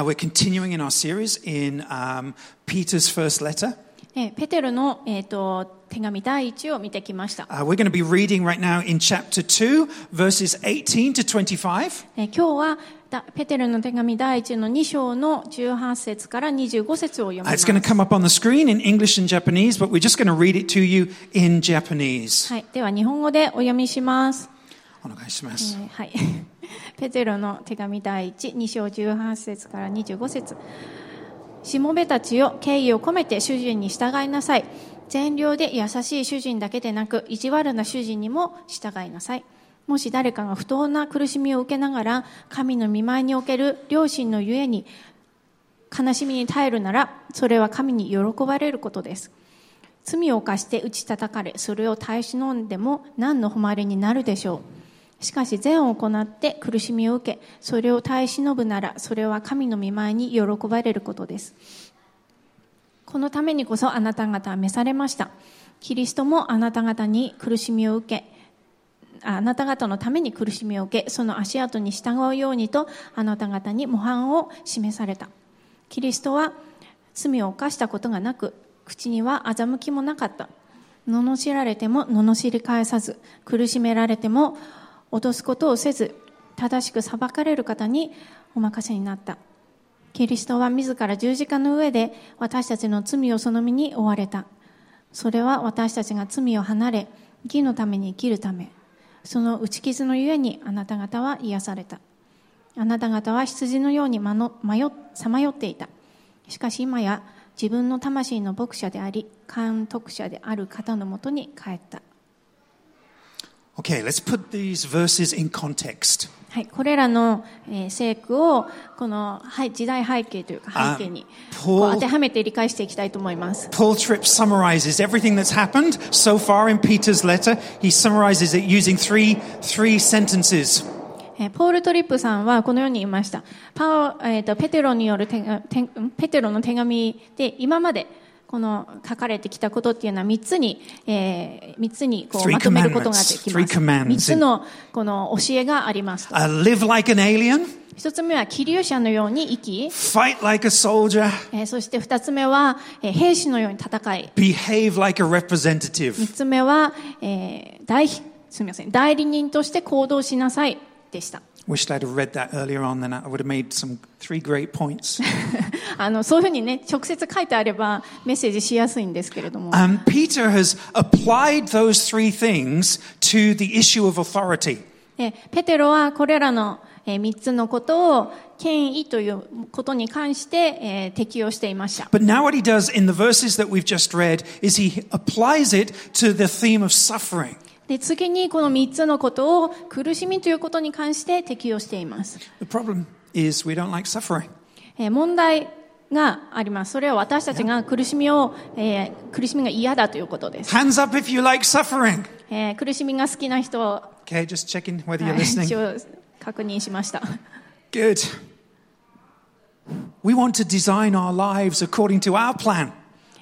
Uh, We're continuing in our series in um, Peter's first letter. えーペテロの、えー、と手紙第1を見てきました、 Uh, we're going to be reading right now in chapter 2, verses 18 to 25. えー今日はだペテロの手紙第1の2章の18節から25節を読み Uh, ま it's す、 going to come up on the screen in English and Japanese, but we're just going to read it to you in Japanese. Oh, はい、では日本語でお読みします、えお願いします。ーはい、 ペテロの手紙第12章18節から25節しもべたちを敬意を込めて主人に従いなさい善良で優しい主人だけでなく意地悪な主人にも従いなさいもし誰かが不当な苦しみを受けながら神の見舞いにおける良心のゆえに悲しみに耐えるならそれは神に喜ばれることです罪を犯して打ち叩かれそれを耐え忍んでも何の誉れになるでしょうしかし善を行って苦しみを受けそれを耐え忍ぶならそれは神の見舞いに喜ばれることですこのためにこそあなた方は召されましたキリストもあなた方に苦しみを受けああなた方のために苦しみを受けその足跡に従うようにとあなた方に模範を示されたキリストは罪を犯したことがなく口には欺きもなかった罵られても罵り返さず苦しめられても脅すことをせず正しく裁かれる方にお任せになったキリストは自ら十字架の上で私たちの罪をその身に追われたそれは私たちが罪を離れ義のために生きるためその打ち傷のゆえにあなた方は癒されたあなた方は羊のようにまの迷さまよっていたしかし今や自分の魂の牧者であり監督者である方のもとに帰った、 Okay, let's put these verses in context. はい、これらの、えー聖句をこの、はい、時代背景というかあ背景にポーこう当てはめて理解していきたいと思います Paul Tripp summarizes everything that's happened so far in Peter's letter. He summarizes it using three, three sentences. えーポール・トリップさんはこのように言いました。パオえー、とペテロによる手が手んペテロの手紙で今までこの書かれてきたことっていうのは3つに、えー、3つにこう Three まとめることができま commandments. す。 Three commandments. 3つのこの教えがありますと。 Uh, live like an alien, 1つ目は気流者のように生き、 fight like a soldier, えーそして2つ目は、えー兵士のように戦い、 behave like a representative. 3つ目は、えー代すみません代理人として行動しなさいでした。 Wished I'd have read that earlier on, then I would have made some three great points. あのそういうふうにね直接書いてあればメッセージしやすいんですけれども。 Um, Peter has applied those three things to the issue of authority. でペテロはこれらの3つのことを権威ということに関してえー適用していました。 But now, what he does in the verses that we've just read is he applies it to the theme of suffering. で次にこの3つのことを苦しみということに関して適用しています。 The problem is we don't like suffering. えー問題があります。それは私たちが苦しみを、えー苦しみが嫌だということです。 Hands up if you like suffering. えー苦しみが好きな人を Okay, just checking whether you're 一 listening. 応確認しました。 Good. We want to design our lives according to our plan.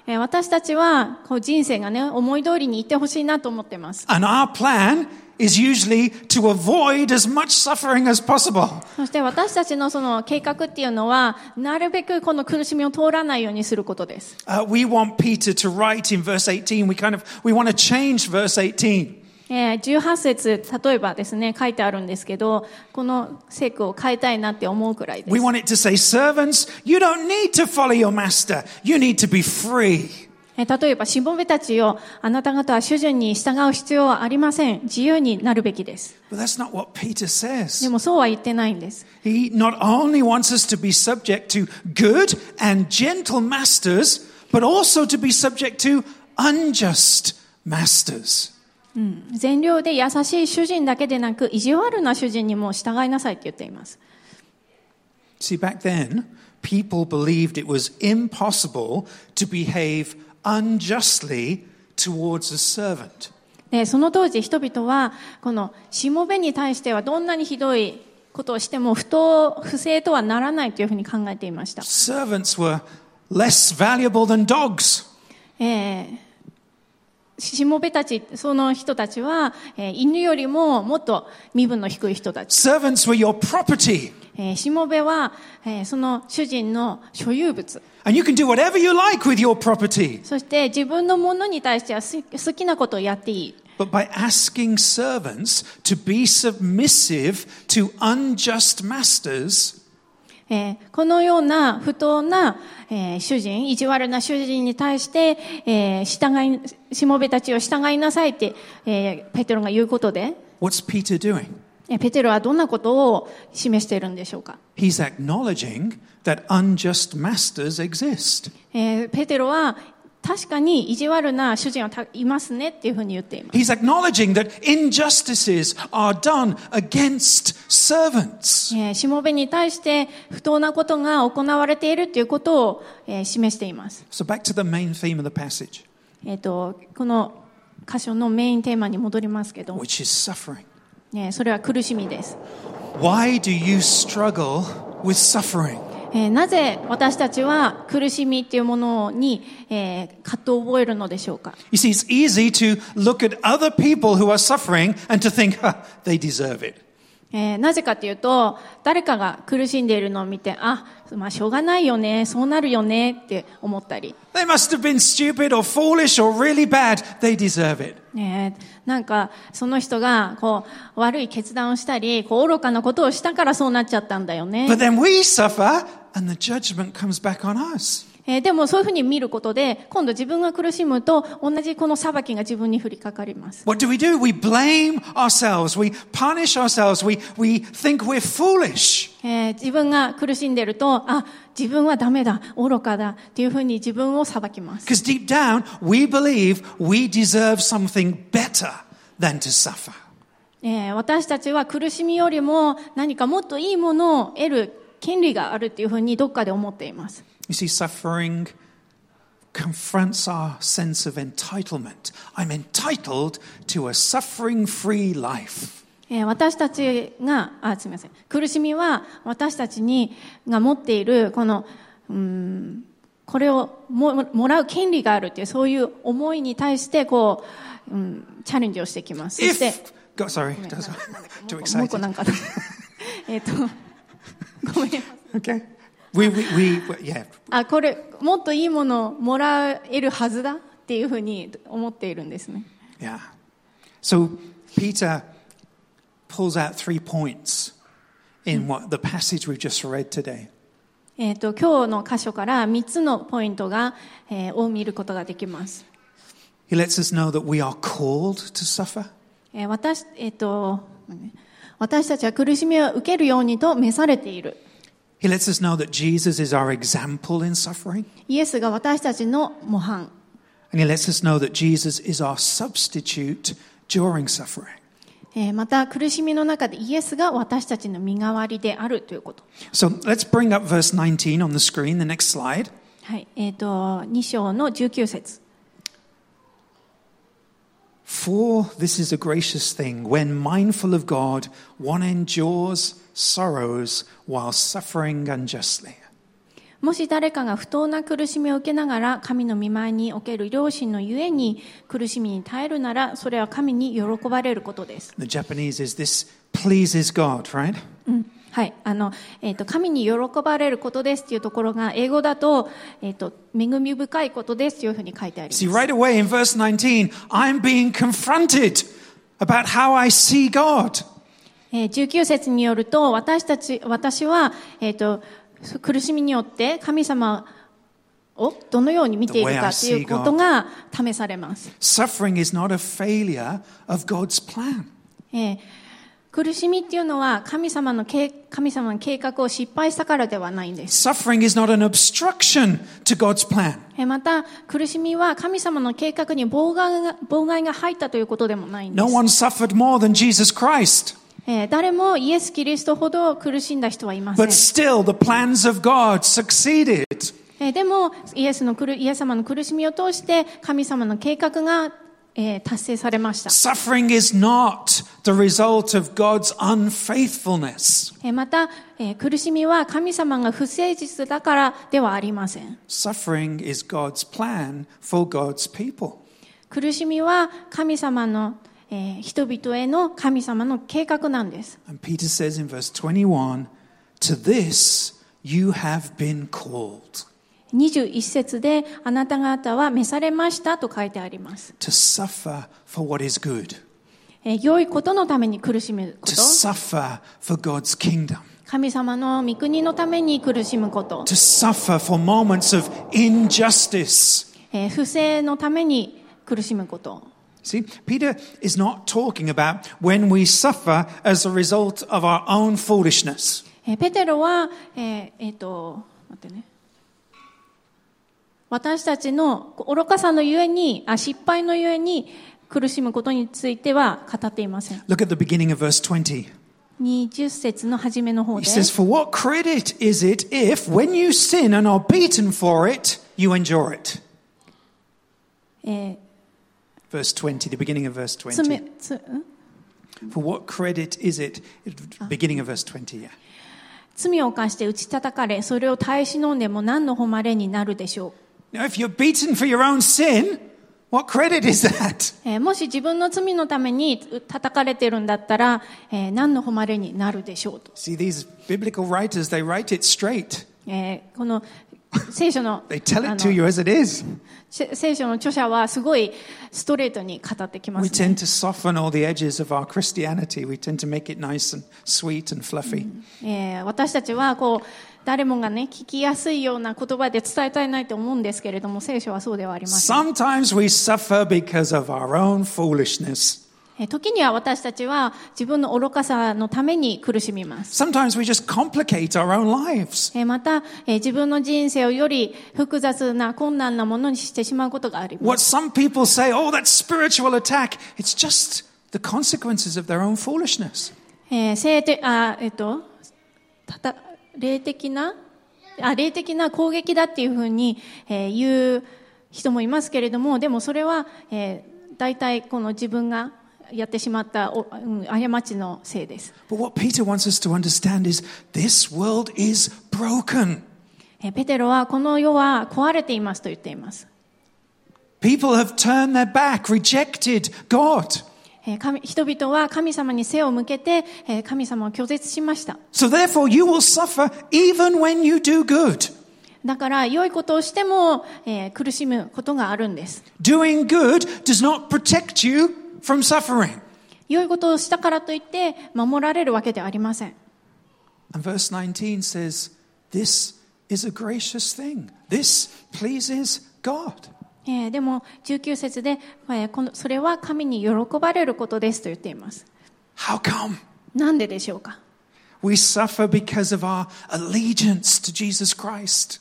えー私たちはこう人生がね、思い通りにいってほしいなと思ってます。 And our plan is usually to avoid as much suffering as possible. そして私たちのその計画っていうのは、なるべくこの苦しみを通らないようにすることです。 Uh, we want Peter to write in verse 18. We kind of we want to change verse 18. えー18節、例えばですね、書いてあるんですけど、この聖句を変えたいなって思うくらいで We す。 want it to say, "Servants, you don't need to follow your master. You need to be free." えー例えば、しもべたちよ、あなた方は主人に従う必要はありません。自由になるべきです。 But that's not what Peter で says. もそうは言ってないんです。 He not only wants us to be subject to good and gentle masters, but also to be subject to unjust masters. 善良で優しい主人だけでなく、意地悪な主人にも従いなさいって言っています。 See, back then, people believed it was impossible to behave unjustly towards a servant. でその当時人々はこのしもべに対してはどんなにひどいことをしても不当不正とはならないというふうに考えていました、 Servants were less valuable than dogs. えーしもべたち、その人たちは、えー犬よりももっと身分の低い人たち。 Servants were your property. えーしもべは、えーその主人の所有物。 And you can do whatever you like with your property. そして自分のものに対してはす好きなことをやっていい。 But by asking servants to be submissive to unjust masters, えーこのような不当な、えー主人、意地悪な主人に対して、えー従い、しもべたちを従いなさいって、えーペテロが言うことで、 what's Peter doing? えーペテロはどんなことを示しているんでしょうか。 He's acknowledging that unjust masters exist. えーペテロは確かに意地悪な主人はたいますねっていうふうに言っています。 He's acknowledging that injustices are done against servants. えーしもべに対して不当なことが行われているということを、えー示しています。 So back to the main theme of the passage, えっ、と、この箇所のメインテーマに戻りますけど、 which is suffering. えーそれは苦しみです。 Why do you struggle with suffering? えーなぜ私たちは苦しみっていうものに、えー、葛藤を覚えるのでしょうか、 You see, it's easy to look at other people who are suffering and to think, "Ha, they deserve it. えーなぜかというと、誰かが苦しんでいるのを見て、あ、まあしょうがないよね、そうなるよねって思ったり、 They must have been stupid or foolish or really bad. They deserve it. ねえなんかその人がこう悪い決断をしたり、こう愚かなことをしたからそうなっちゃったんだよ But ね。 then we suffer and the judgment comes back on us. えーでもそういうふうに見ることで、今度自分が苦しむと同じこの裁きが自分に降りかかります。 What do we do? We blame ourselves. We punish ourselves. We, we think we're foolish. えー自分が苦しんでると、あ、自分はダメだ、愚かだっていうふうに自分を裁きます。 Because deep down, we believe we deserve something better than to suffer. えー私たちは苦しみよりも何かもっといいものを得る権利があるっていうふうにどっかで思っています。 You see, suffering confronts our sense of entitlement. I'm entitled to a suffering free life. えー私たちが、あ、すみません。苦しみは私たちに、が持っている、この、うーん、これをももらう権利があるっていう、そういう思いに対して、こう、うん、チャレンジをしてきます。そして、 If. Go, sorry, does- も too う一個もう一個 excited. なんかあった えっと、ごめん。 Okay. We, we, we, we, yeah. あ、これ、もっといいものをもらえるはずだっていうふうに思っているんですね。 Yeah. So Peter pulls out three points in what the passage we've just read today. えっ、と、今日の箇所から3つのポイントが、えーを見ることができます。 He lets us know that we are called to suffer. えー私、えっ、と、私たちは苦しみを受けるようにと召されている。 He lets us know that Jesus is our example in suffering. イエスが私たちの模範。 And he lets us know that Jesus is our substitute during suffering. えーまた、苦しみの中でイエスが私たちの身代わりであるということ。 So let's bring up verse 19 on the screen, the next slide. はい。えっ、と、2章の19節。 For this is a gracious thing when mindful of God, one endures sorrows while suffering unjustly. もし誰かが不当な苦しみを受けながら神の御前における良心のゆえに苦しみに耐えるならそれは神に喜ばれることです。 The Japanese is this pleases God, right? うんはい。あの、えっ、と、神に喜ばれることですっていうところが、英語だと、えっ、と、恵み深いことですというふうに書いてあります See,。right away in verse 19, I'm being confronted about how I see God. えー19節によると、私たち、私は、えっ、と、苦しみによって神様をどのように見ているかということが試されます。 Suffering is not a failure of God's plan. えー苦しみっていうのは神様の計神様の計画を失敗したからではないんです。 Suffering is not an obstruction to God's plan. えーまた、苦しみは神様の計画に妨害が妨害が入ったということでもないんで No す。 one suffered more than Jesus Christ. えー誰もイエス・キリストほど苦しんだ人はいません But。still, the plans of God succeeded. えーでもイエスの苦、イエス様の苦しみを通して神様の計画が、えー達成されました。 Suffering is not the result of God's unfaithfulness. えーまた、えー苦しみは神様が不誠実だからではありません。 Suffering is God's plan for God's people. 苦しみは神様の、えー人々への神様の計画なんです。 And Peter says in verse 21 To this you have been called, 21節で、あなた方は召されましたと書いてあります。 to suffer for what is good, えー良いことのために苦しむこ to と、 suffer for God's kingdom, 神様の御国のために苦しむこと、 to suffer for moments of injustice. えー不正のために苦しむこと。 See, Peter is not talking about when we suffer as a result of our own foolishness. えーペテロは、えーえーと待ってね、私たちの愚かさのゆえにあ失敗のゆえに苦しむことについては語っていません Look at the beginning of verse 20. 20節の初めの方 He で says, For what credit is it if, when you sin and are beaten for it, you endure it? え Verse 20, the beginning of verse ー 20. つめつん For what credit is it? Beginning of verse 20, yeah. 罪を犯して打ち叩かれそれを耐え忍んでも何の誉れになるでしょ Now, if you're beaten for your own sin, what credit is that? う、えーもし自分の罪のためにう叩かれてるんだったら、えー何の誉れになるでしょうと、 See, these biblical writers, they write it straight. えーこの聖書の They tell あ it to の you as it is. せ聖書の著者はすごいストレートに語ってきま We す、ね tend to soften all the edges of our Christianity. We tend to make it nice and sweet and fluffy. えー私たちはこう誰もがね聞きやすいような言葉で伝えたいないと思うんですけれども聖書はそうではありません、 Sometimes we suffer because of our own foolishness. えー時には私たちは自分の愚かさのために苦しみます、 Sometimes we just complicate our own lives. えーまた、えー自分の人生をより複雑な困難なものにしてしまうことがあります What some people say, oh, that's spiritual attack, it's just the consequences of their own foolishness. えー性的あえっとたた霊的なあ霊的な攻撃だっていうふうに、えー言う人もいますけれどもでもそれは、えー、大体この自分がやってしまったお、うん、過ちのせいです、 But what Peter wants us to understand is this world is broken. えーペテロはこの世は壊れていますと言っています、 People have turned their back, rejected God. えー神人々は神様に背を向けて、えー神様を拒絶しました So therefore, you will suffer even when you do good. だから良いことをしても、えー苦しむことがあるんです Doing good does not protect you from suffering. 良いことをしたからといって守られるわけではありません And verse 19 says, This is a gracious thing. This pleases God. えーでも19節で、えーこのそれは神に喜ばれることですと言っています How come? なんででしょうか、 We suffer because of our allegiance to Jesus Christ.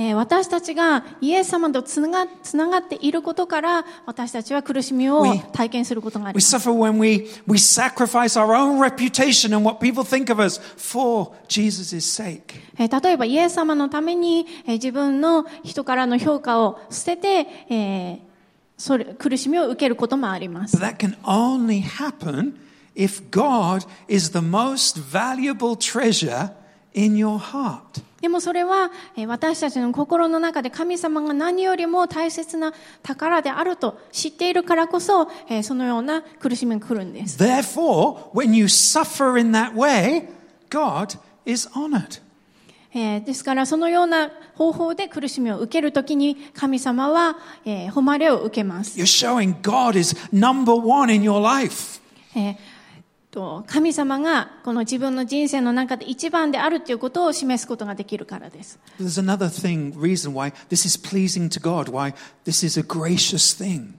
えー私たちがイエス様とつながつながっていることから私たちは苦しみを We- 体験することがあ We ります suffer when we, we sacrifice our own reputation and what people think of us for Jesus' sake. えー例えばイエス様のために、えー自分の人からの評価を捨てて、えーそれ苦しみを受けることもあります But that can only happen if God is the most valuable treasure in your heart. でもそれはえー私たちの心の中で神様が何よりも大切な宝であると知っているからこそえーそのような苦しみが来るんです。 Therefore, when you suffer in that way, God is honored. えーですからそのような方法で苦しみを受けるときに神様はえー誉れを受けます。 You're showing God is number one in your life. えーと神様がこの自分の人生の中で一番であるということを示すことができるからです。 There's another thing, reason why this is pleasing to God, why this is a gracious thing.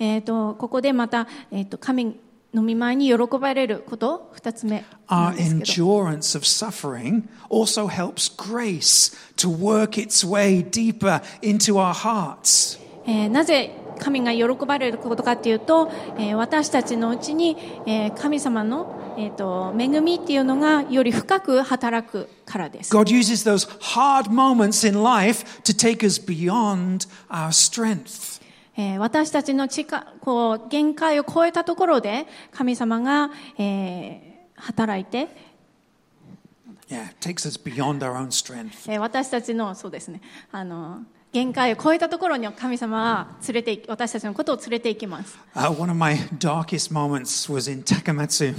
えーとここでまた、えーと神の見舞いに喜ばれること二つ目な Our んですけど。 endurance of suffering also helps grace to work its way deeper into our hearts. えーなぜ神が喜ばれることかっていうと、えー私たちのうちに、えー神様の、えー、と恵みっていうのがより深く働くからです。 God uses those hard moments in life to take us beyond our strength. えー私たちの近こう限界を超えたところで神様が、えー働いて、 Yeah, it takes us beyond our own strength. えー私たちのそうですねあの限界を超えたところに神様は連れてい私たちのことを連れて行きます。 Uh, one of my darkest moments was in Takamatsu.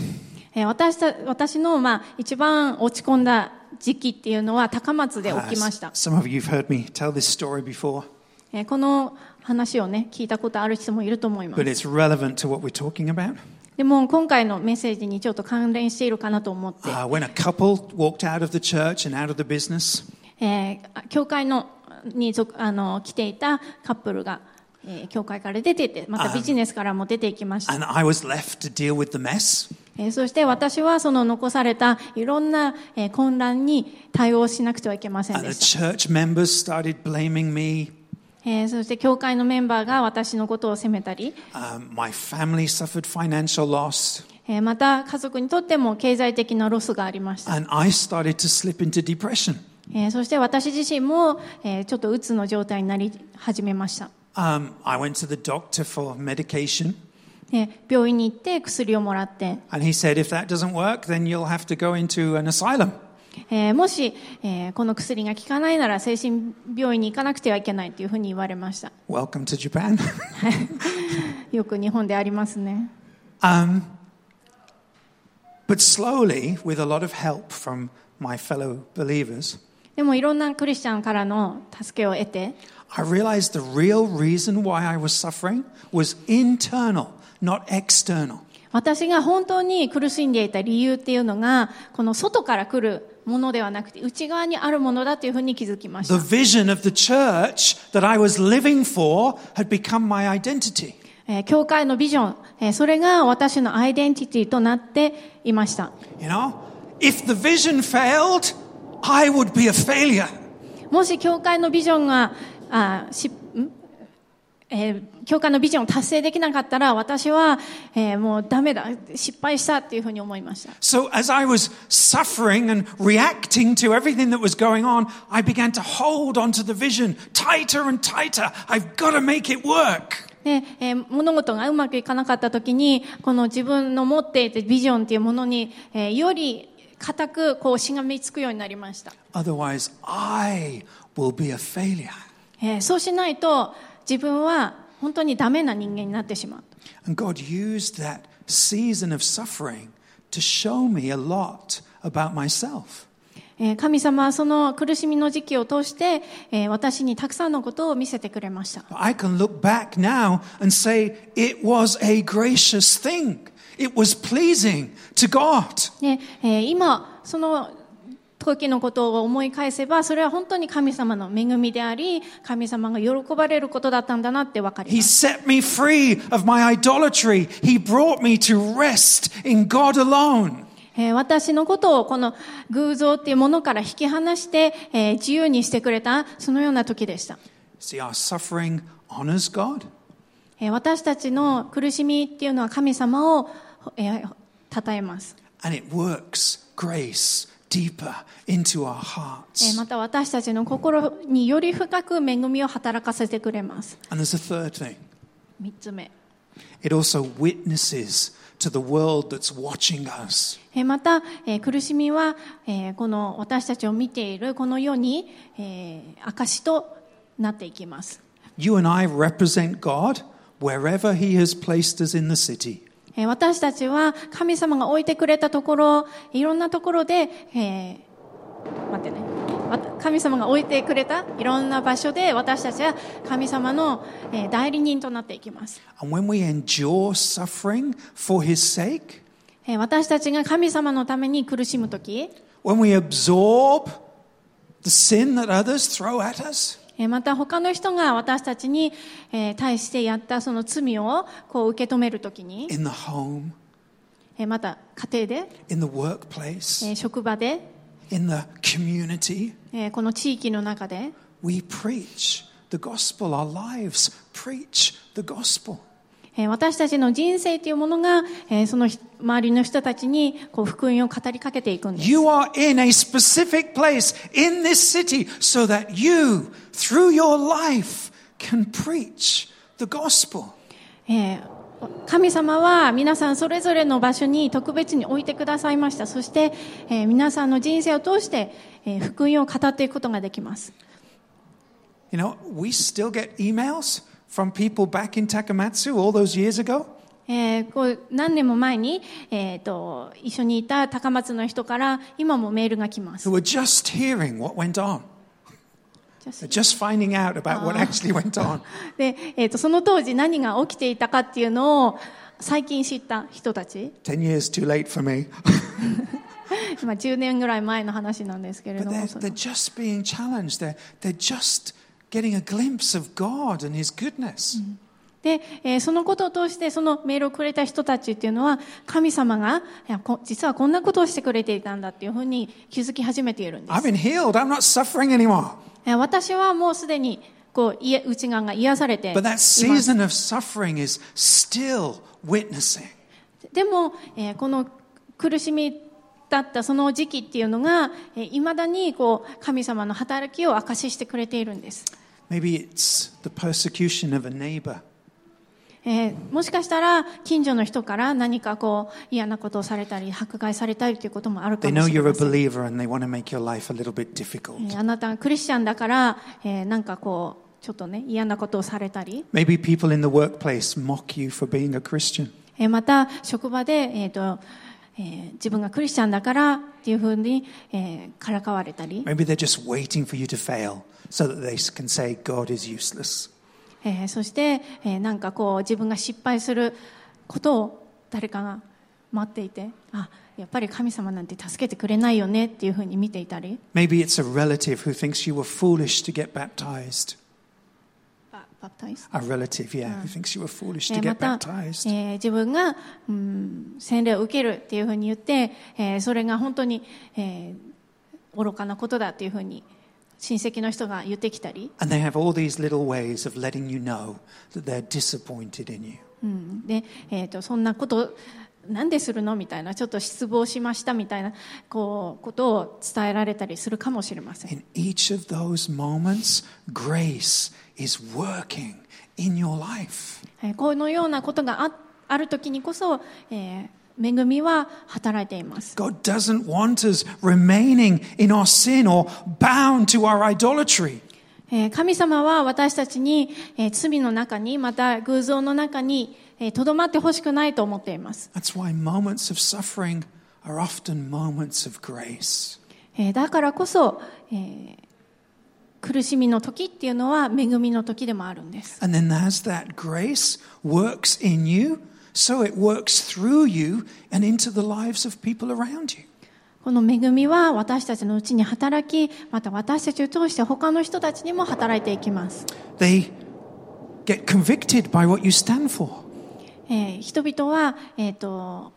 えー私た私の、まあ、一番落ち込んだ時期っていうのは高松で Uh, 起きました。 some of you have heard me tell this story before, えーこの話をね、聞いたことある人もいると思います but。it's relevant to what we're talking about. でも今回のメッセージにちょっと関連しているかなと思って、 Uh, when a couple walked out of the church and out of the business, えー教会のに属あの来ていたカップルが、えー教会から出ていって、またビジネスからも出ていきました。 and I was left to deal with the mess, えーそして私はその残されたいろんな、えー混乱に対応しなくてはいけません and で Uh, the した。 church members started blaming me. えーそして教会のメンバーが私のことを責めたり、 Um, my family suffered financial loss, えーまた家族にとっても経済的なロスがありました。 and I started to slip into depression. えーそして私自身も、えーちょっと鬱の状態になり始めました。 Um, I went to the doctor for medication, で病院に行って薬をもらって、 and he said, if that doesn't work, then you'll have to go into an asylum. えーもし、えーこの薬が効かないなら精神病院に行かなくてはいけないというふうに言われました。 Welcome to Japan. よく日本でありますね。 um, but slowly, with a lot of help from my fellow believers, でもいろんなクリスチャンからの助けを得て、 I realized the real reason why I was suffering was internal, not external. 私が本当に苦しんでいた理由っていうのが、この外から来るものではなくて、内側にあるものだというふうに気づきまし The た。 vision of the church that I was living for had become my identity. えー教会のビジョン、えーそれが私のアイデンティティとなっていました。 You know, if the vision failed, I would be a failure. もし教会のビジョンが、あしんえー教会のビジョンを達成できなかったら、私は、えーもうダメだ、失敗したっていうふうに思いました。 So as I was suffering and reacting to everything that was going on, I began to hold onto the vision tighter and tighter. I've got to make it work. でえー物事がうまくいかなかった時に、この自分の持っていたビジョンっていうものに、えーより固くこうしがみつくようになりました。 Otherwise, I will be a failure. えーそうしないと、自分は本当にダメな人間になってしまう。 And God used that season of suffering to show me a lot about myself. えー神様はその苦しみの時期を通して、えー私にたくさんのことを見せてくれました。 I can look back now and say it was a gracious thing. It was pleasing to God. ねえー今その時のことを思い返せばそれは本当に神様の恵みであり神様が喜ばれることだったんだなって分かり He ます set me free of my idolatry. He brought me to rest in God alone. えー私のことをこの偶像っていうものから引き離して、えー自由にしてくれたそのような時でした、 See, our suffering honors God. えー私たちの苦しみっていうのは神様を、えー称えます、 and it works grace deeper into our えー hearts. また私たちの心により深く恵みを働かせてくれます And there's a third thing 3つ目 it also witnesses to the world that's watching us. えーまた、えー苦しみは、えーこの私たちを見ているこの世に、えー証となっていきます、 You and I represent God wherever He has placed us in the city. えー私たちは神様が置いてくれたところいろんなところで、えー待ってねわた神様が置いてくれたいろんな場所で私たちは神様の、えー代理人となっていきます、 And when we endure suffering for His sake, えー私たちが神様のために苦しむ時 when we absorb the sin that others throw at us, えーまた他の人が私たちに、えー対してやったその罪をこう受け止めるときに、 in the home, えーまた家庭で、 in the え workplace, ー職場で、 in the community, えーこの地域の中で、 we preach the gospel. Our lives preach the gospel. えー私たちの人生というものが、えーその人周りの人たちにこう福音を語りかけていくんです。 You are in a specific place in this city so that you, through your life, can preach the gospel. えー神様は皆さんそれぞれの場所に特別に置いてくださいました。そして、えー皆さんの人生を通して、えー福音を語っていくことができます。 You You know, we still get emails from people back in Takamatsu all those years ago. えーこう何年も前に、えー、と一緒にいた高松の人から今もメールが来ます who。were just hearing what went on, Just- just finding out about what actually went on. で、えー、とその当時何が起きていたかっていうのを最近知った人たち、 Ten years too late for me. まあ、10年ぐらい前の話なんですけれ But ど they're, も、その they're just being challenged. They're, they're just getting a glimpse of God and His goodness. で、えーそのことを通してそのメールをくれた人たちっていうのは神様がいやこ実はこんなことをしてくれていたんだっていうふうに気づき始めているんで I've す。 been healed. I'm not suffering anymore. えー私はもうすでにこういえ内側が癒されてい But ま that す。で season of suffering is still witnessing. も、えーこの苦しみだったその時期っていうのがいま、未だにこう神様の働きを証ししてくれているんです。 Maybe it's the persecution of a neighbor. えーもしかしたら近所の人から何かこう嫌なことをされたり迫害されたりということもあるか They も know しれ you're a ません。 believer and they want to make your life a little bit え difficult. ーあなたがクリスチャンだから、えーなんかこうちょっとね嫌なことをされたり、 Maybe people in the workplace mock you for being a Christian. えーまた職場で、えーとえー自分がクリスチャンだからっていうふうに、えーからかわれたり、 Maybe they're just waiting for you to fail so that they can say God is useless. えーそして、えーなんかこう自分が失敗することを誰かが待っていてあやっぱり神様なんて助けてくれないよねっていうふうに見ていたり Maybe it's a relative who thinks you were foolish to get baptized. ババプタイス A relative, yeah, who thinks you were foolish え to ーま get た、 baptized. えー自分が、うん、洗礼を受けるっていうふうに言って、えーそれが本当に、えー愚かなことだっていうふうに親戚の人が言ってきたり、 And they have all these little ways of letting you know that they're disappointed in you. うんでえー、とそんなことなんでするのみたいなちょっと失望しましたみたいなこうことを伝えられたりするかもしれません In each of those moments, grace is working in your life. えーこのようなことがあある時にこそ、えー恵みは働いています God doesn't want us remaining in our sin or bound to our idolatry. えー神様は私たちにえー罪の中にまた偶像の中にえーとどまってほしくないと思っています、 That's why moments of suffering are often moments of grace. えーだからこそ、えー苦しみの時っていうのは恵みの時でもあるんです And then as that grace works in you, so it works through you and into the lives of people around you. この恵みは私たちのうちに働きまた私たちを通して他の人たちにも働いていきます、 They get convicted by what you stand for. えー人々は、えーと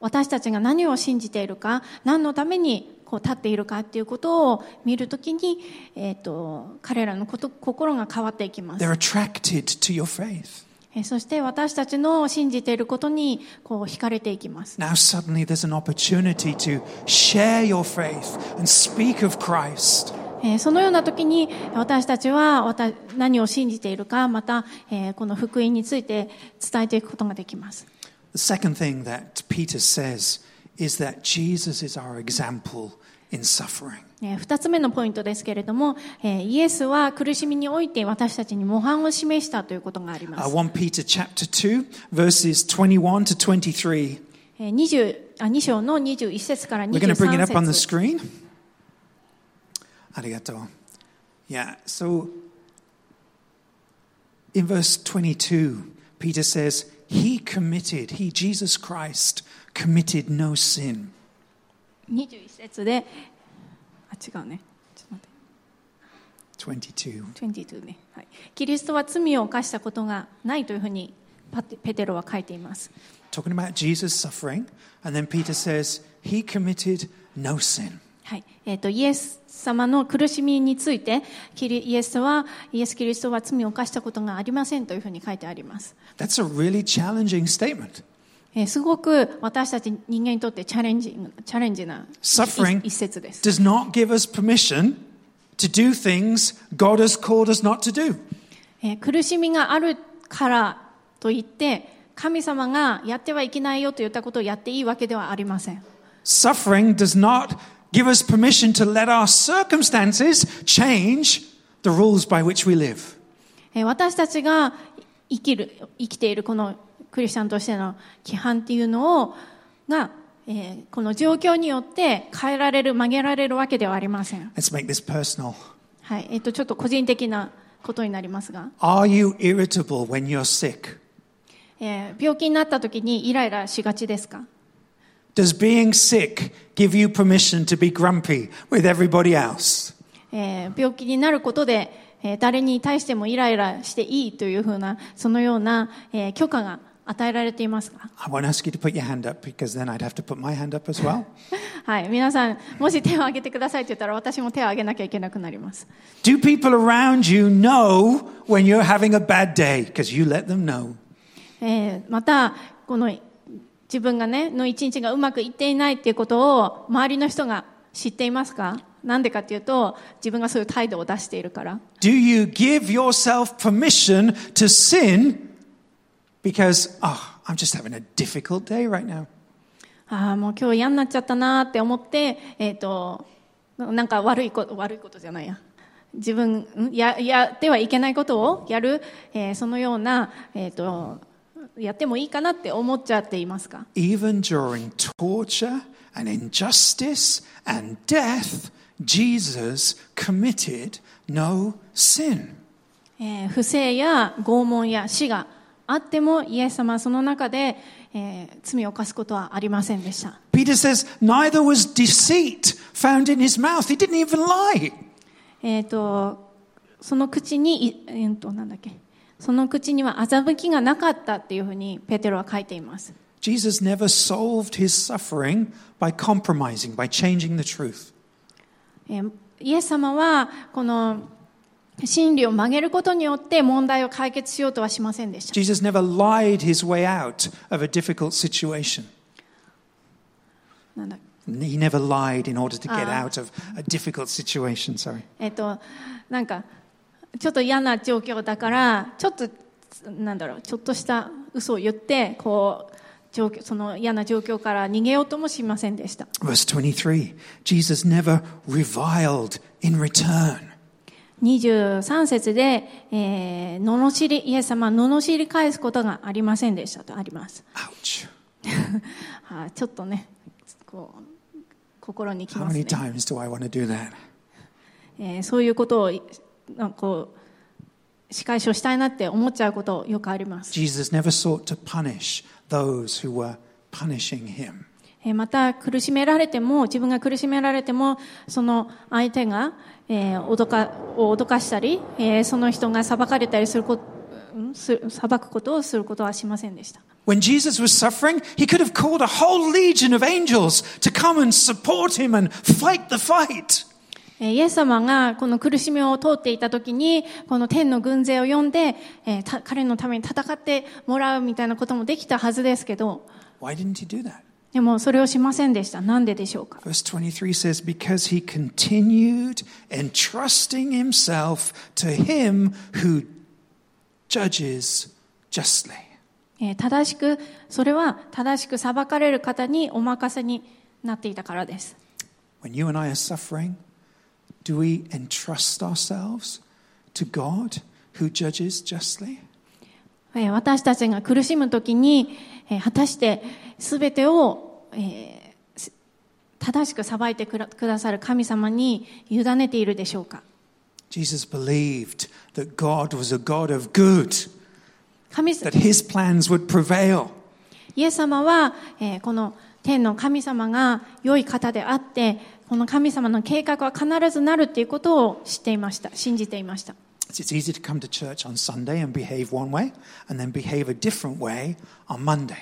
私たちが何を信じているか何のためにこう立っているかっていうことを見るときに、えー、と彼らのこと心が変わっていきます They're attracted to your faith. えーそして私たちの信じていることにこう惹かれていきます Now suddenly there's an opportunity to share your faith and speak of Christ. えーそのような時に私たちはわた何を信じているかまた、えーこの福音について伝えていくことができます The second thing that Peter says is that Jesus is our example in suffering. えー二つ目のポイントですけれども、えーイエスは苦しみにおいて私たちに模範を示したということがありま Uh, す。 1 Peter chapter 2, verses 21 to 23. えー20あ2章の21節から We're going to bring it 23 up on the 節 screen. Arigato. Yeah, so in verse 22, Peter says, He committed, He, Jesus Christ, committed no sin. 21節で、あ、違うね。ちょっと待って。 22. 22ね、はい、キリストは罪を犯したことがないというふうにパテペテロは書いています、 Talking about Jesus' suffering. And then Peter says, He committed no sin. はいえー、とイエス様の苦しみについてキリイエスはイエス・キリストは罪を犯したことがありませんというふうに書いてあります、 That's a really challenging statement. えーすごく私たち人間にとってチャレンジングチャレンジな Suffering 一一節です、 does not give us permission to do things God has called us not to do. えー苦しみがあるからといって神様がやってはいけないよと言ったことをやっていいわけではありません Suffering does not give us permission to let our circumstances change the rules by which we live. えー私たちが生きる生きているこのクリスチャンとしての規範っていうのをが、えーこの状況によって変えられる曲げられるわけではありません、 Let's make this personal. はいえー、とちょっと個人的なことになりますが、 Are you irritable when you're sick? えー病気になった時にイライラしがちですか Does being sick give you permission to be grumpy with everybody else? えー病気になることで、えー誰に対してもイライラしていいというふうなそのような、えー許可が与えられていますか、 I won't ask you to put your hand up because then I'd have to put my hand up as well. はい、皆さんもし手を挙げてくださいって言ったら私も手を挙げなきゃいけなくなります Do people around you know when you're having a bad day? Because you let them know. えーまたこの自分がねの一日がうまくいっていないっていうことを周りの人が知っていますかなんでかっていうと自分がそういう態度を出しているから Do you give yourself permission to sin because, oh, I'm just having a difficult day right now? ああもう今日嫌になっちゃったなーって思ってえっ、となんか悪いこと悪いことじゃないや自分んややってはいけないことをやる、えーそのような、えー、とやってもいいかなって思っちゃっていますか Even during torture and injustice and death, Jesus committed no sin. えー不正や拷問や死があってもイエス様はその中で、えー罪を犯すことはありませんでした Peter says, neither was deceit found in his mouth. He didn't even lie. えっ、とその口にいえー、となんだっけその口には欺きがなかったっていうふうにペテロは書いています Jesus never solved his suffering by compromising, by changing the truth. えーイエス様はこの真理を曲げることによって問題を解決しようとはしませんでした。 Jesus never lied his way out of a difficult situation. なんだ He never lied in order to get Ah. out of a difficult situation, sorry. えっ、となんかちょっと嫌な状況だからちょっとなんだろうちょっとした嘘を言ってこう状況その嫌な状況から逃げようともしませんでした。 Verse 23 Jesus never reviled in return. 23節で、えー、罵りイエス様は罵り返すことがありませんでしたとあります。 Ouch. あーちょっとねこう心にき How ますね many。times do I want to do that? えーそういうことをいなんかこう仕返しをしたいなって思っちゃうことよくあります、 Jesus never sought to punish those who were punishing him. えーまた苦しめられても自分が苦しめられてもその相手が、えー脅かを脅かしたり、えーその人が裁かれたりすることんす裁くことをすることはしませんでした When Jesus was suffering, he could have called a whole legion of angels to come and support him and fight the fight. えーイエス様がこの苦しみを通っていた時にこの天の軍勢を呼んで、えーた彼のために戦ってもらうみたいなこともできたはずですけど Why didn't he do that? でもそれをしませんでしたなんででしょうか Verse 23 says, Because he continued entrusting himself to him who judges justly. えー正しくそれは正しく裁かれる方にお任せになっていたからです When you and I are suffering, do we entrust ourselves to God who judges justly? えー私たちが苦しむ時に、えー果たして全てを、えーす正しく裁いてくらくださる神様に委ねているでしょうか Jesus believed that God was a God of good, 神さ that his plans would prevail. イエス様は、えーこの天の神様が良い方であってこの神様の計画は必ずなるっていうことを知っていました信じていました It's- It's easy to come to church on Sunday and behave one way and then behave a different way on Monday.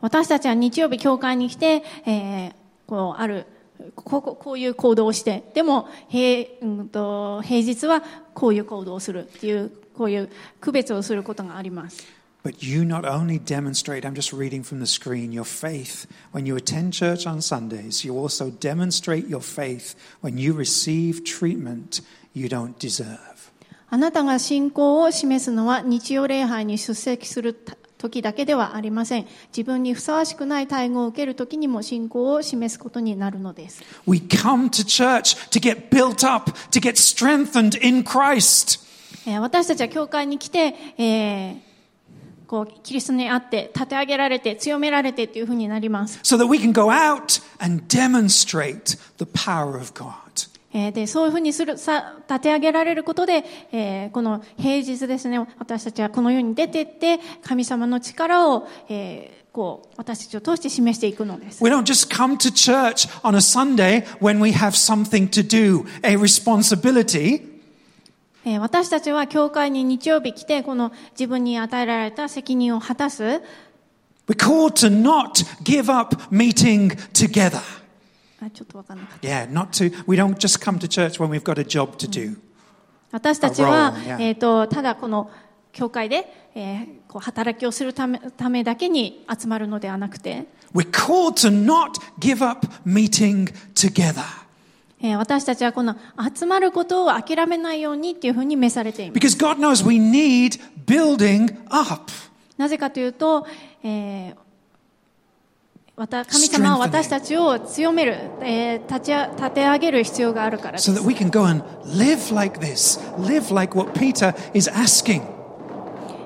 私たちは日曜日教会に来て、えーこうあるこここういう行動をしてでも平,、うん、と平日はこういう行動をするっていうこういう区別をすることがあります、 But you not only demonstrate, I'm just reading from the screen, your faith when you attend church on Sundays, you also demonstrate your faith when you receive treatment you don't deserve. あなたが信仰を示すのは日曜礼拝に出席するた時だけではありません自分にふさわしくない対応を受ける時にも信仰を示すことになるのです We come to church to get built up, to get strengthened in Christ. えー私たちは教会に来て、えーこうキリストにあって立て上げられて強められてというふうになります、 so that we can go out and demonstrate the power of God. えーでそういうふうにするさ立て上げられることで、えーこの平日ですね私たちはこの世に出てって神様の力を、えーこう私たちを通して示していくのです、 We don't just come to church on a Sunday when we have something to do, a responsibility. えー私たちは教会に日曜日来てこの自分に与えられた責任を果たす We're called to not give up meeting together. あちょっとわかんなかった Yeah, not to, we don't just come to church when we've got a job to do. 私たちは A role, yeah.、えー、とただこの教会で、えーこう働きをするためためだけに集まるのではなくて、 We're called to not give up meeting together えー私たちはこの集まることを諦めないようにっていうふうに召されています because God knows we need building up. なぜかというと、えーわた神様は私たちを強める、えー立ちあ立て上げる必要があるからです so that we can go and live like this, live like what Peter is asking.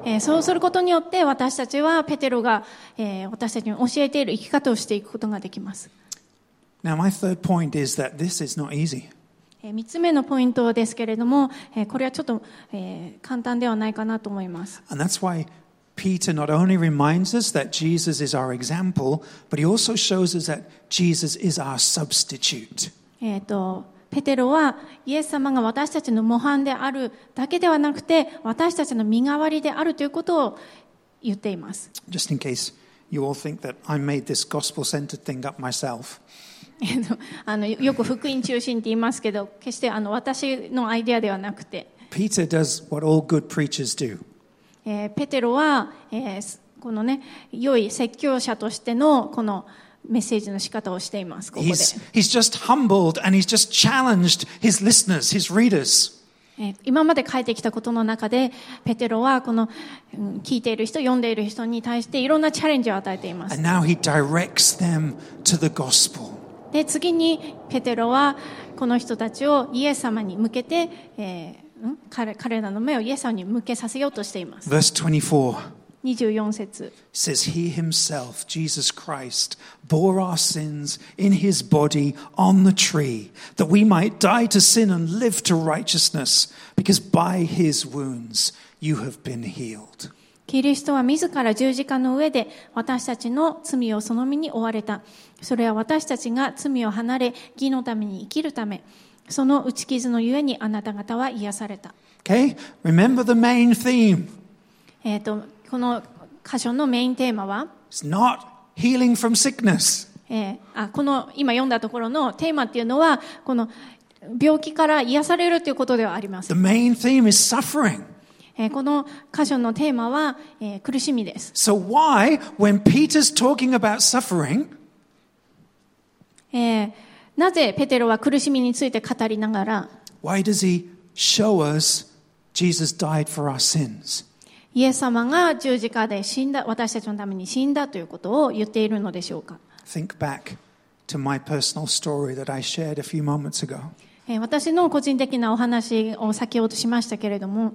えーそうすることによって私たちはペテロが、えー私たちに教えている生き方をしていくことができます、 Now, my third point is that this is not easy. え3つ目のポイントですけれども、えーこれはちょっと、えー簡単ではないかなと思います、 And that's why Peter not only reminds us that Jesus is our example, but he also shows us that Jesus is our substitute. えー、とペテロはイエス様が私たちの模範であるだけではなくて私たちの身代わりであるということを言っています、 Just in case you all think that I made this gospel centered thing up myself. えーと あのよく福音中心って言いますけど決してあの私のアイデアではなくて、 Peter does what all good preachers do. えーペテロは、えーすこのね良い説教者としてのこのメッセージの仕方をしていますここで He's, he's just humbled and he's just challenged his listeners, his readers. えー今まで書いてきたことの中で、ペテロはこの、うん聞いている人、読んでいる人に対していろんなチャレンジを与えています And。now he directs them to the gospel. で、次にペテロはこの人たちをイエス様に向けて、えーん彼彼らの目をイエス様に向けさせようとしています。 Verse 24 24節。 says, He himself, Jesus Christ, bore our sins in his body on the tree, that we might die to sin and live to righteousness, because by his wounds you have been healed. キリストは自ら十字架の上で私たちの罪をその身に追われた。それは私たちが罪を離れ、義のために生きるため。その打ち傷のゆえにあなた方は癒された。 Okay? Remember the main theme. えー、とこの箇所のメインテーマは、 It's not healing from sickness. えーあこの今読んだところのテーマっていうのはこの病気から癒されるということではありま The せん、 main theme is suffering. えーこの箇所のテーマは、えー苦しみです So, why, when Peter's talking about suffering, えーなぜペテロは苦しみについて語りながら Why does he show us Jesus died for our sins? イエス様が十字架で死んだ私たちのために死んだということを言っているのでしょうか、 Think back to my personal story that I shared a few moments ago, えー私の個人的なお話を先ほどしましたけれども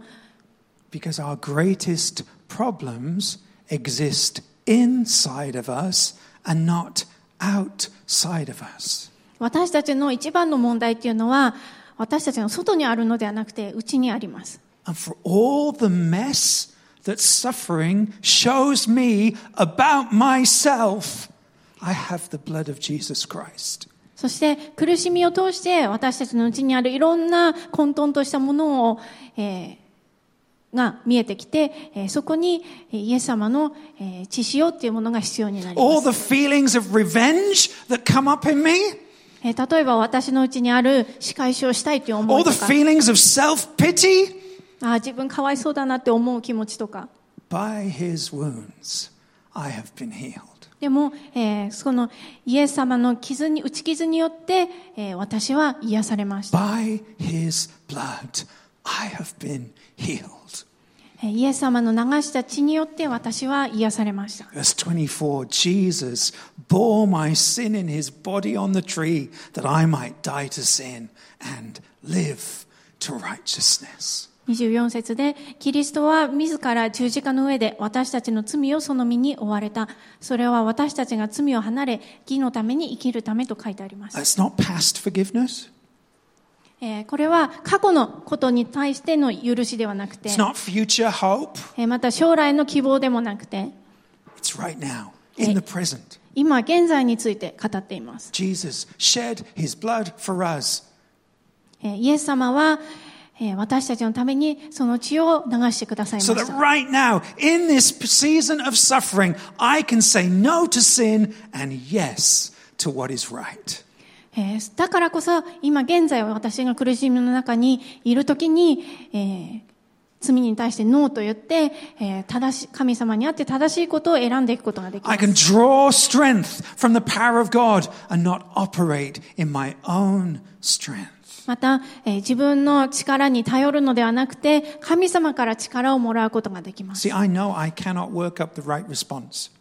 because our greatest problems exist inside of us and not outside of us. 私たちの一番の問題っていうのは私たちの外にあるのではなくて内にあります And for all the mess that suffering shows me about myself, I have the blood of Jesus Christ. そして苦しみを通して私たちの内にあるいろんな混沌としたものを、えーが見えてきて、えーそこにえーイエス様の、えー血潮っていうものが必要になりま All す、 the feelings of revenge that come up in me, えー例えば私のうちにある仕返しをしたいという思 all いと the か feelings of self pity. あー自分かわいそうだなって思う気持ちとか By his wounds, I have been healed. でも、えーそのイエス様の傷に打ち傷によって、えー私は癒されました By his blood, I have been healed. ええイエス様の流した血によって私は癒されました。 Verse 24 Jesus bore my sin in his body on the tree that I might die to sin and live to righteousness. 24節で、キリストは自ら十字架の上で私たちの罪をその身に追われた。それは私たちが罪を離れ、義のために生きるためと書いてあります。 That's not past forgiveness. えーこれは過去のことに対しての許しではなくて、 It's not future hope. えーまた将来の希望でもなくて、 It's right now, in the present. 今現在について語っています。 Jesus shed his blood for us. えーイエス様は、えー私たちのためにその血を流してくださいま So し that た。 right now, in this season of suffering, I can say no to sin and yes to what is right. えーだからこそ今現在私が苦しみの中にいるときに、えー罪に対してノーと言って、えー正し神様にあって正しいことを選んでいくことができま I can す。 draw strength from the power of God and not operate in my own strength. また、えー自分の力に頼るのではなくて神様から力をもらうことができます。 See, I know I cannot work up the right response.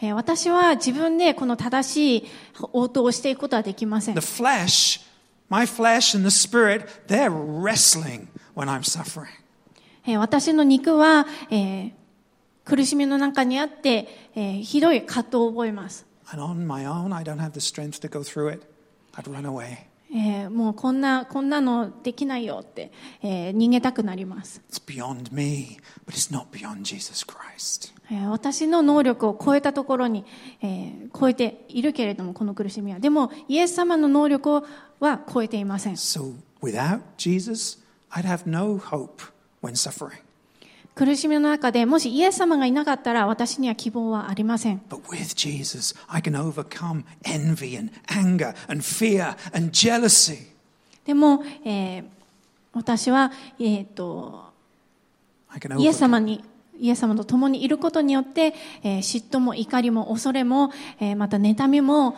えー私は自分でこの正しい応答をしていくことはできません The。flesh, my flesh and the spirit, they're wrestling when I'm suffering. えー私の肉は、えー苦しみの中にあって、えーひどい葛藤を覚えます。 And on my own, I don't have the strength to go through it. I'd run away. えーもうこんな、こんなのできないよって、えー逃げたくなります、 It's beyond me, but it's not beyond Jesus Christ. えー私の能力を超えたところに、えー超えているけれども、この苦しみは。でも、イエス様の能力をは超えていません。 So without Jesus, I'd have no hope when suffering. 苦しみの中で、もしイエス様がいなかったら、私には希望はありません。 But with Jesus, I can overcome envy and anger and fear and jealousy. でも、えー私は、えーと、 I can イエス overcome. 様に、イエス様と共にいることによって、えー嫉妬も怒りも恐れも、えーまた妬みも、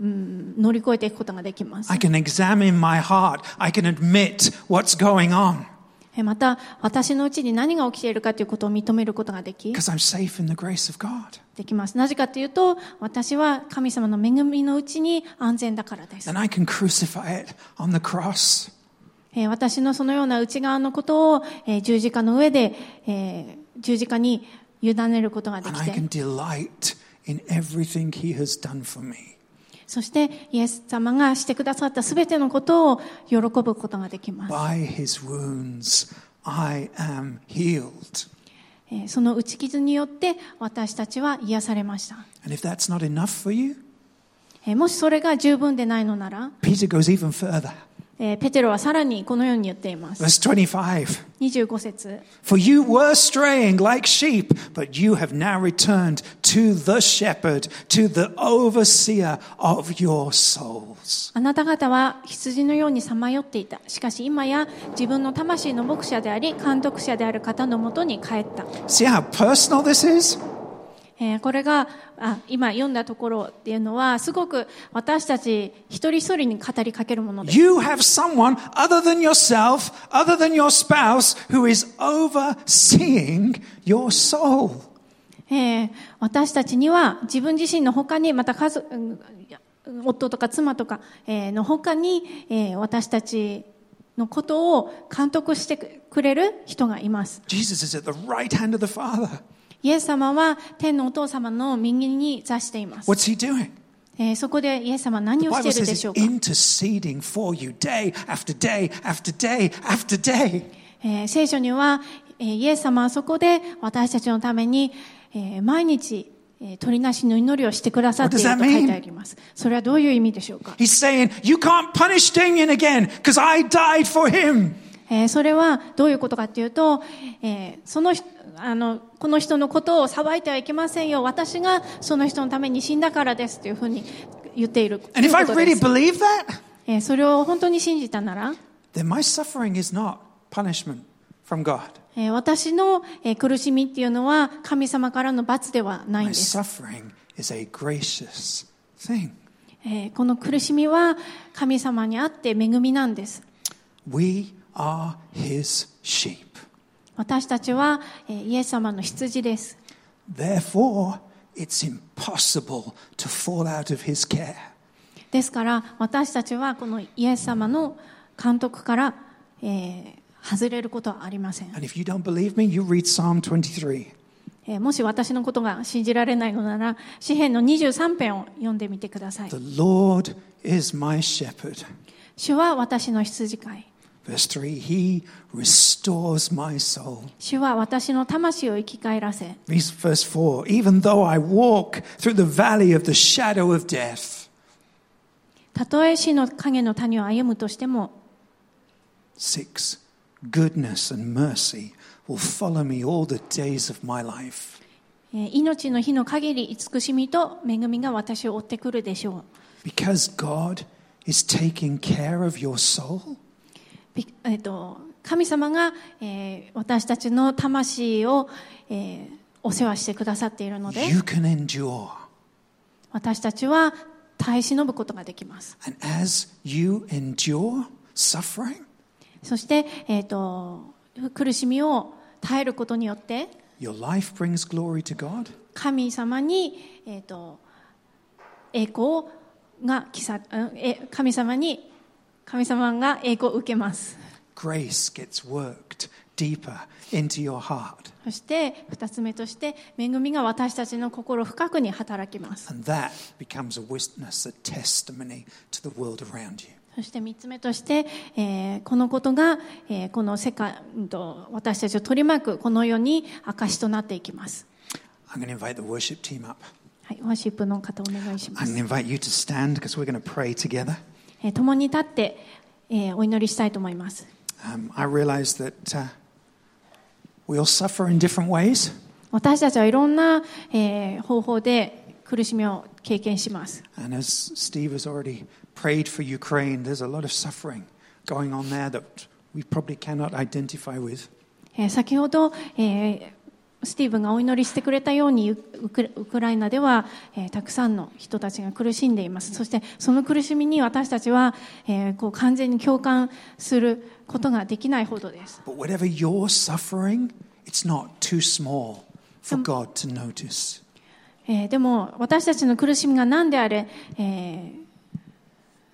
うん、乗り越えていくことができます I。can examine my heart. I can admit what's going on えまた、私のうちに何が起きているかということを認めることができ、 because I'm safe in the grace of God. できます。なぜかというと、私は神様の恵みのうちに安全だからです。 Then I can crucify it on the cross. え私のそのような内側のことを、え十字架の上で、え十字架に委ねることがで And き I て can、delight in everything He has done for me. そしてイエス様がしてくださったすべてのことを喜ぶことができます。 By His wounds, I am healed. えその打ち傷によって私たちは癒されました。 And if that's not enough for you, えもしそれが十分でないのなら、 Peter goes even further. えペテロはさらにこのように言っています。 Verse 25. 25節 For you were straying like sheep, but you have now returned to the shepherd, to the overseer of your souls. あなた方は羊のようにさまよっていた。しかし今や自分の魂の牧者であり、監督者である方のもとに帰った。 See how personal this is? えーこれがあ今読んだところっていうのは、すごく私たち一人一人に語りかけるものです。 You have someone other than yourself, other than your spouse, who is overseeing your soul. えー私たちには自分自身の他に、また家族、うんいや夫とか妻とかえーの他に、えー私たちのことを監督してくれる人がいます。 Jesus is at the right hand of the Father. イエス様は天のお父様の右に座しています。 What's he doing? えーそこでイエス様は何 The をして Bible い says るで he's interceding しょうか、for you day after day after day after day. えー聖書には、えーイエス様はそこで私たちのために、えー毎日、えー鳥なしの祈りをしてくださっている What does と that mean? 書いてあります。それはどういう意味でしょうか、 He's saying, You can't punish Damien again because I died for him. えーそれはどういうことかというと、えーその人あのこの人のことを裁いてはいけませんよ。私がその人のために死んだからですというふうに言っている。 And if I ということで really す believe that, えーそれを本当に信じたなら、 then my suffering is not punishment from God. えー私のえー苦しみっていうのは神様からの罰ではな My いんです。 suffering is a gracious thing. えーこの苦しみは神様にあって恵みなんです。 We are his sheep. 私たちはえーイエス様の羊です。 Therefore, it's impossible to fall out of his care. ですから私たちはこのイエス様の監督から、えー外れることはありません、 And if you don't believe me, you read Psalm 23. えーもし私のことが信じられないのなら詩篇の23編を読んでみてください The Lord is my shepherd. 主は私の羊飼い Verse 3 He restores my soul. 主は私の魂を生き返らせ Verse- Verse 4 Even though I walk through the valley of the shadow of death, たとえ死の影の谷を歩むとしても6 Goodness and mercy will follow me all the days of my life. えー命の日の限り慈しみと恵みが私を追ってくるでしょ Because God is taking care of your soul, う、びえー、と神様が、えー私たちの魂を、えーお世話してくださっているので you can endure. 私たちは耐え忍ぶことができます。 And as you endure suffering, そして、えー、と苦しみを耐えることによって your life brings glory to God. 神様に、えー、と栄光がきさうんえ神様に神様が栄光を受けます。 Grace gets worked deeper into your heart. そして二つ目として恵みが私たちの心深くに働きます。 And that becomes a witness, a testimony to the world around you. そして三つ目として、えーこのことが、えーこの世界うんと私たちを取り巻くこの世に証しとなっていきます。 I'm going to invite the worship team up. はい、ワーシップの方お願いしま I'm す going to。invite you to stand because we're going to pray together. えー共に立って、えーお祈りしたいと思います。 Um, I realize that uh, we all suffer in different ways, 私たちはいろんな、えー方法で苦しみを経験します。 and as Steve has already prayed for Ukraine, there's a lot of suffering going on there that we probably cannot identify with. えー先ほど、えースティーブンがお祈りしてくれたようにウウクウクライナでは、えーたくさんの人たちが苦しんでいますそしてその苦しみに私たちは、えーこう完全に共感することができないほどです But whatever you're suffering, it's not too small for God to notice. えーでも私たちの苦しみが何であれ、え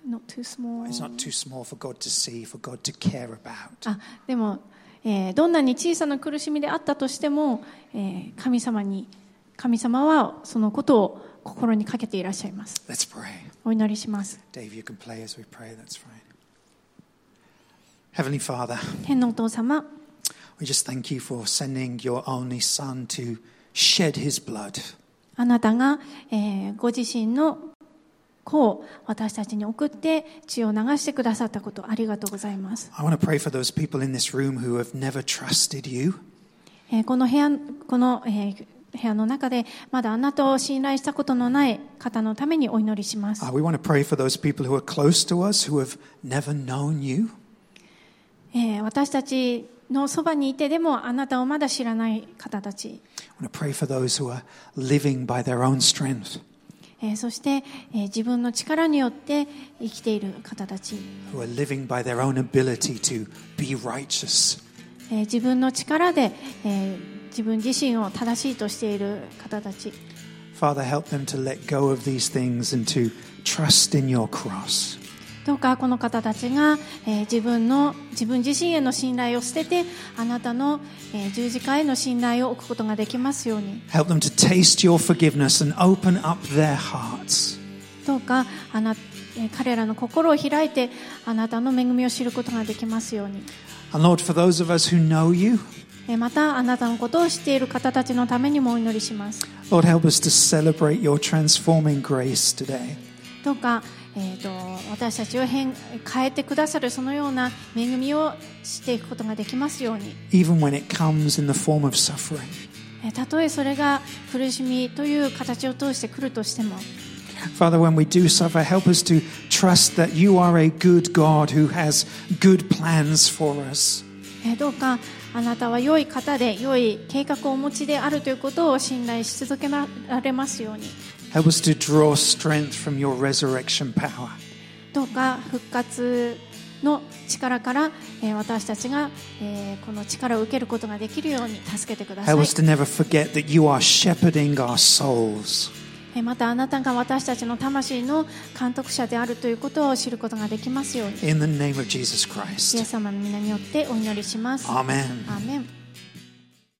ー not too small It's not too small for God to see, for God to care about. あでも、えーどんなに小さな苦しみであったとしても、えー神様に神様はそのことを心にかけていらっしゃいます Let's pray. お祈りします Dave, you can play as we pray, that's fine. Heavenly Father, 天のお父様 we just thank you for sending your only Son to shed his blood あなたが、えーご自身の子を私たちに送って血を流してくださったことありがとうございます、 I want to pray for those people in this room who have never trusted you. えーこの部屋この、えー部屋の中でまだあなたを信頼したことのない方のためにお祈りします Uh, we want to pray for those people who are close to us who have never known you. えー私たちのそばにいてでもあなたをまだ知らない方たち、 I want to pray for those who are living by their own strength, えーそして、えー自分の力によって生きている方たち、 who are living by their own ability to be righteous. えー自分の力で、えー自分自身を正しいとしている方たち、 Father, help them to let go of these things and to trust in your cross. どうかこの方たちが、えー自分の自分自身への信頼を捨ててあなたの、えー十字架への信頼を置くことができますように Help them to taste your forgiveness and open up their hearts. どうかあな、えー彼らの心を開いてあなたの恵みを知ることができますように。 And Lord, for those of us who know you, えーまたあなたのことを知っている方たちのためにもお祈りします Lord, help us to celebrate your transforming grace today. どうか、えー、と私たちを変変えてくださるそのような恵みを知っていくことができますように Even when it comes in the form of suffering, えーたとえそれが苦しみという形を通してくるとしても Father, when we do suffer, help us to trust that you are a good God who has good plans for us. えーどうかあなたは良い方で良い計画をお持ちであるということを信頼し続けられますように Help us to draw strength from your resurrection power. どうか復活の力から、えー私たちが、えーこの力を受けることができるように助けてください Help us to never forget that you are shepherding our souls. えーまたあなたが私たちの魂の監督者であるということを知ることができますように In the name of Jesus イエ Christ. ス様の皆によってお祈りします Amen. アーメン